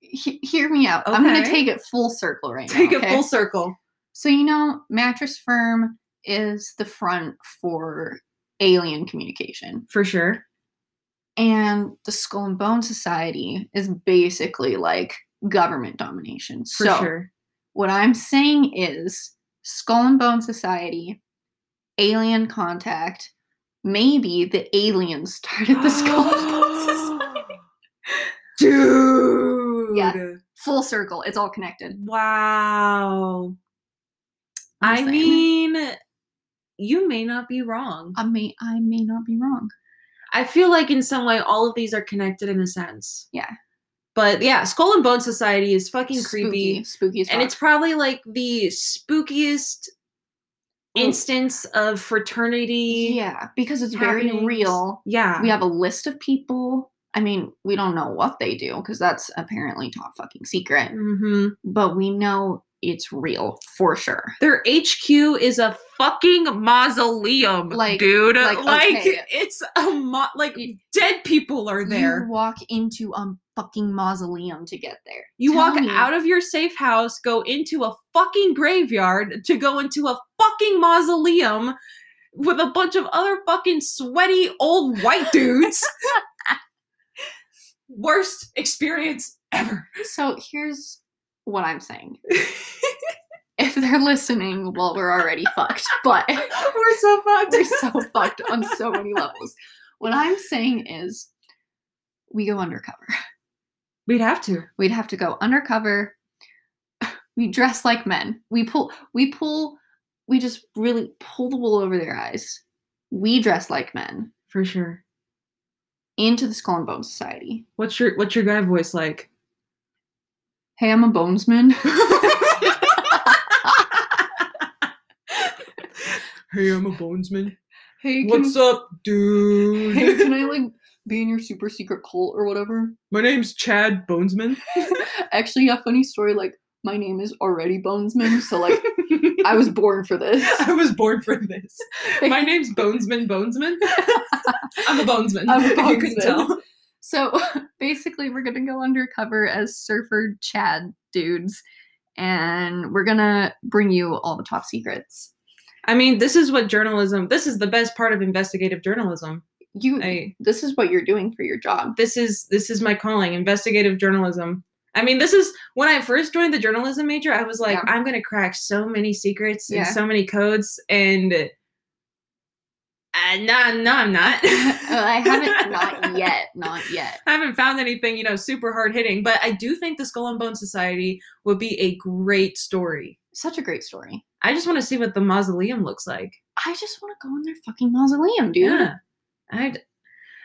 S1: He- hear me out. I'm gonna
S2: Okay.
S1: take it full circle right
S2: Take
S1: now.
S2: it
S1: okay?
S2: full circle.
S1: So you know, mattress firm is the front for alien communication.
S2: For sure.
S1: and the Skull and Bone Society is basically like government domination.
S2: For
S1: so,
S2: sure. <gasps>
S1: what I'm saying is Skull and Bone Society, alien contact, maybe the aliens started the Skull and Bone
S2: <gasps>
S1: Society.
S2: Dude.
S1: Yeah. Full circle, it's all connected.
S2: Wow.
S1: I'm
S2: I
S1: saying.
S2: mean, you may not be wrong.
S1: I may I may not be wrong.
S2: I feel like in some way all of these are connected in a sense.
S1: Yeah.
S2: But yeah, Skull and Bone Society is fucking creepy.
S1: Spooky, spooky as
S2: And
S1: fuck.
S2: it's probably like the spookiest
S1: Ooh.
S2: instance of fraternity.
S1: yeah, because it's very
S2: happenings.
S1: real.
S2: Yeah.
S1: We have a list of people. I mean, we don't know what they do because that's apparently top fucking secret.
S2: hmm
S1: but we know it's real for sure.
S2: Their HQ is a fucking mausoleum,
S1: Like-
S2: dude. Like,
S1: like, okay.
S2: it's a mo- like
S1: You-
S2: dead people are there.
S1: You walk into a fucking mausoleum to get there.
S2: You
S1: Tell
S2: walk
S1: me.
S2: out of your safe house, go into a fucking graveyard to go into a fucking mausoleum with a bunch of other fucking sweaty old
S1: <laughs>
S2: white dudes. Worst experience
S1: <laughs>
S2: ever.
S1: So here's what I'm saying. if they're listening, well, we're already fucked, <laughs> but
S2: We're so fucked.
S1: we're so fucked on so many levels. What I'm saying is we go undercover.
S2: We'd have to.
S1: We'd have to go undercover. <laughs> We dress like men. We pull, we pull, we just really pull the wool over their eyes. We dress like men.
S2: For sure.
S1: into the Skull and Bone Society.
S2: What's your what's your guy voice like?
S1: Hey, I'm a bonesman. <laughs>
S2: Hey, I'm a bonesman.
S1: hey, can,
S2: What's up, dude?
S1: hey, <laughs> can I like be in your super secret cult or whatever? <laughs>
S2: My name's Chad Bonesman.
S1: Actually, a funny story. Like my name is already Bonesman, so like I
S2: <laughs>
S1: was born for this.
S2: I was born for this. My name's Bonesman <laughs> Bonesman. I'm a Bonesman.
S1: I'm a
S2: if you couldn't
S1: bonesman.
S2: tell.
S1: So <laughs> basically, we're gonna go undercover as surfer Chad dudes, and we're gonna bring you all the top secrets.
S2: I mean, this is what journalism. This is the best part of investigative journalism.
S1: You,
S2: I,
S1: this is what you're doing for your job.
S2: <laughs> this is this is my calling, investigative journalism. I mean, this is when I first joined the journalism major. I was like,
S1: Yeah.
S2: I'm gonna crack so many secrets
S1: Yeah.
S2: and so many codes, and uh, no, no, I'm not. <laughs>
S1: Uh, I haven't, not yet, not yet.
S2: I haven't found anything, you know, super hard hitting, but I do think the Skull and Bone Society would be a great story.
S1: Such a great story.
S2: I just want to see what the mausoleum looks like.
S1: I just want to go in their fucking mausoleum, dude.
S2: Yeah. I'd,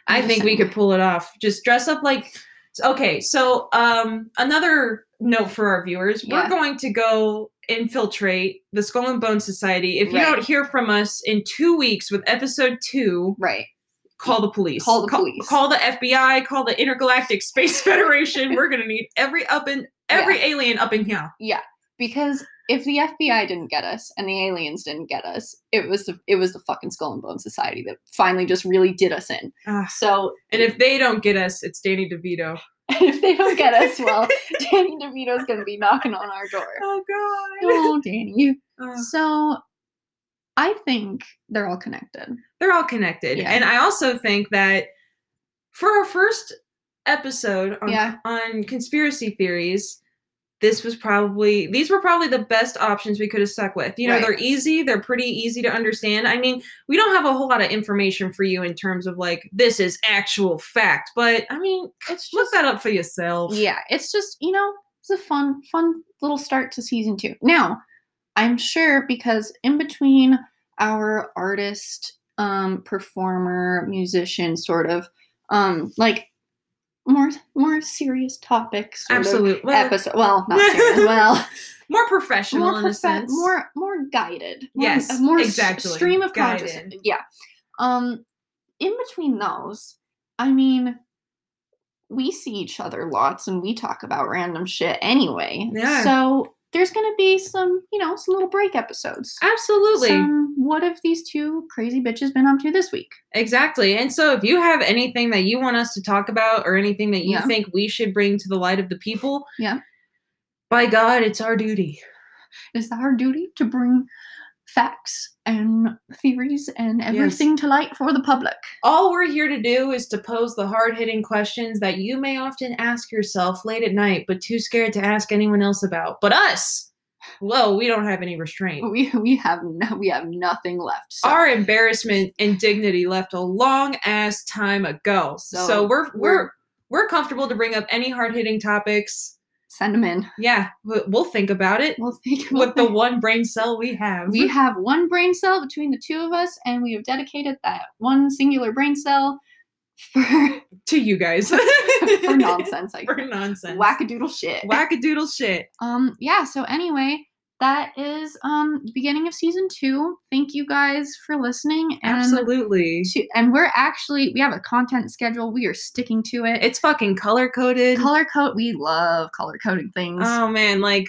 S2: I think we could pull it off. Just dress up like okay, so um another note for our viewers,
S1: Yeah.
S2: we're going to go infiltrate the Skull and Bone Society. If you
S1: Right.
S2: don't hear from us in 2 weeks with episode 2,
S1: Right.
S2: call the police.
S1: Call the
S2: Ca-
S1: police.
S2: Call, the FBI. Call the Intergalactic Space <laughs> Federation. We're gonna need every up in every alien up in here.
S1: Because if the FBI didn't get us and the aliens didn't get us, it was the it was the fucking Skull and Bone Society that finally just really did us in.
S2: Ah.
S1: So <laughs>
S2: And if they don't get us, it's Danny DeVito.
S1: if they don't get us, well, Danny DeVito's gonna be knocking on our door.
S2: Oh God.
S1: <laughs> Oh, Danny.
S2: Oh.
S1: So I think they're all connected.
S2: They're all connected,
S1: Yeah.
S2: and I also think that for our first episode on,
S1: Yeah.
S2: on conspiracy theories. This was probably these were probably the best options we could have stuck with. You know,
S1: Right.
S2: they're easy, they're pretty easy to understand. I mean, we don't have a whole lot of information for you in terms of like this is actual fact, but I mean,
S1: It's
S2: look
S1: just
S2: that up for yourself.
S1: yeah, it's just you know it's a fun fun little start to season two. Now I'm sure because in between our artist, um, performer, musician sort of um like more more serious topics sort of
S2: absolutely. Well,
S1: episode well not serious well
S2: more professional
S1: more
S2: in a
S1: profe-
S2: sense.
S1: more more guided more,
S2: Yes,
S1: a more s-
S2: exactly.
S1: stream of
S2: Guided.
S1: consciousness yeah um in between those i mean we see each other lots and we talk about random shit anyway
S2: Yeah.
S1: so there's gonna be some you know some little break episodes
S2: absolutely.
S1: Some, what have these two crazy bitches been up to this week
S2: Exactly. And so if you have anything that you want us to talk about or anything that you
S1: Yeah.
S2: think we should bring to the light of the people,
S1: Yeah.
S2: By God, it's our duty.
S1: it's our duty to bring facts and theories and everything to light for the public
S2: All we're here to do is to pose the hard-hitting questions that you may often ask yourself late at night but too scared to ask anyone else about. But us, whoa, we don't have any restraint.
S1: we we have no, we have nothing left Oh, so.
S2: Our embarrassment and dignity left a long ass time ago. So,
S1: So
S2: we're we're
S1: we're-
S2: we're comfortable to bring up any hard-hitting topics.
S1: send them in.
S2: Yeah, we- we'll think about it.
S1: <laughs> We'll think about
S2: with the
S1: it.
S2: one brain cell we have.
S1: We have one brain cell between the two of us, and we have dedicated that one singular brain cell
S2: <laughs>
S1: for for
S2: to you guys
S1: nonsense, I
S2: <laughs> For
S1: guess.
S2: nonsense.
S1: wackadoodle shit.
S2: Wackadoodle shit.
S1: um, yeah. So anyway, that is um the beginning of season two. Thank you guys for listening. And
S2: Absolutely.
S1: To, and we're actually we have a content schedule. We are sticking to it.
S2: It's fucking color coded.
S1: color code. We love color coding things.
S2: Oh man, like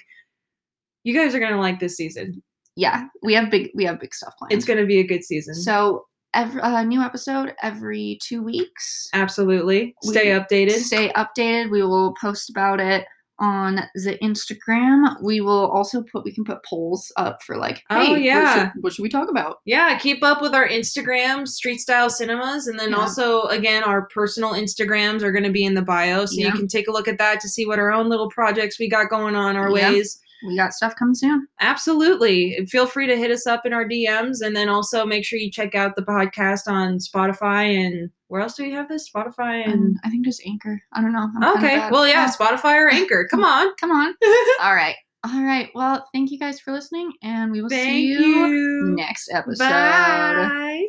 S2: you guys are gonna like this season.
S1: yeah, we have big we have big stuff planned.
S2: It's gonna be a good season.
S1: So every uh, new episode every two weeks.
S2: Absolutely.
S1: We-
S2: Stay updated.
S1: Stay updated. We will post about it on the Instagram. We will also put we can put polls up for like, hey,
S2: Oh,
S1: what should-
S2: yeah.
S1: what should, we talk about?
S2: yeah, keep up with our Instagram, Street Style Cinemas, and then
S1: Yeah.
S2: also again our personal Instagrams are gonna be in the bio. So
S1: Yeah.
S2: you can take a look at that to see what our own little projects we got going on, our
S1: Yeah.
S2: ways.
S1: We got stuff coming soon.
S2: Absolutely. And Feel free to hit us up in our DMs and then also make sure you check out the podcast on Spotify and where else do we have this? Spotify and
S1: And I think just anchor. I don't know. Um, I'm kinda
S2: Okay.
S1: bad.
S2: Well, yeah,
S1: Oh,
S2: Spotify or Anchor. Come on.
S1: come
S2: <laughs>
S1: on. All right. All right. Well, thank you guys for listening, and we will see
S2: Thank
S1: you,
S2: you.
S1: next episode.
S2: Bye.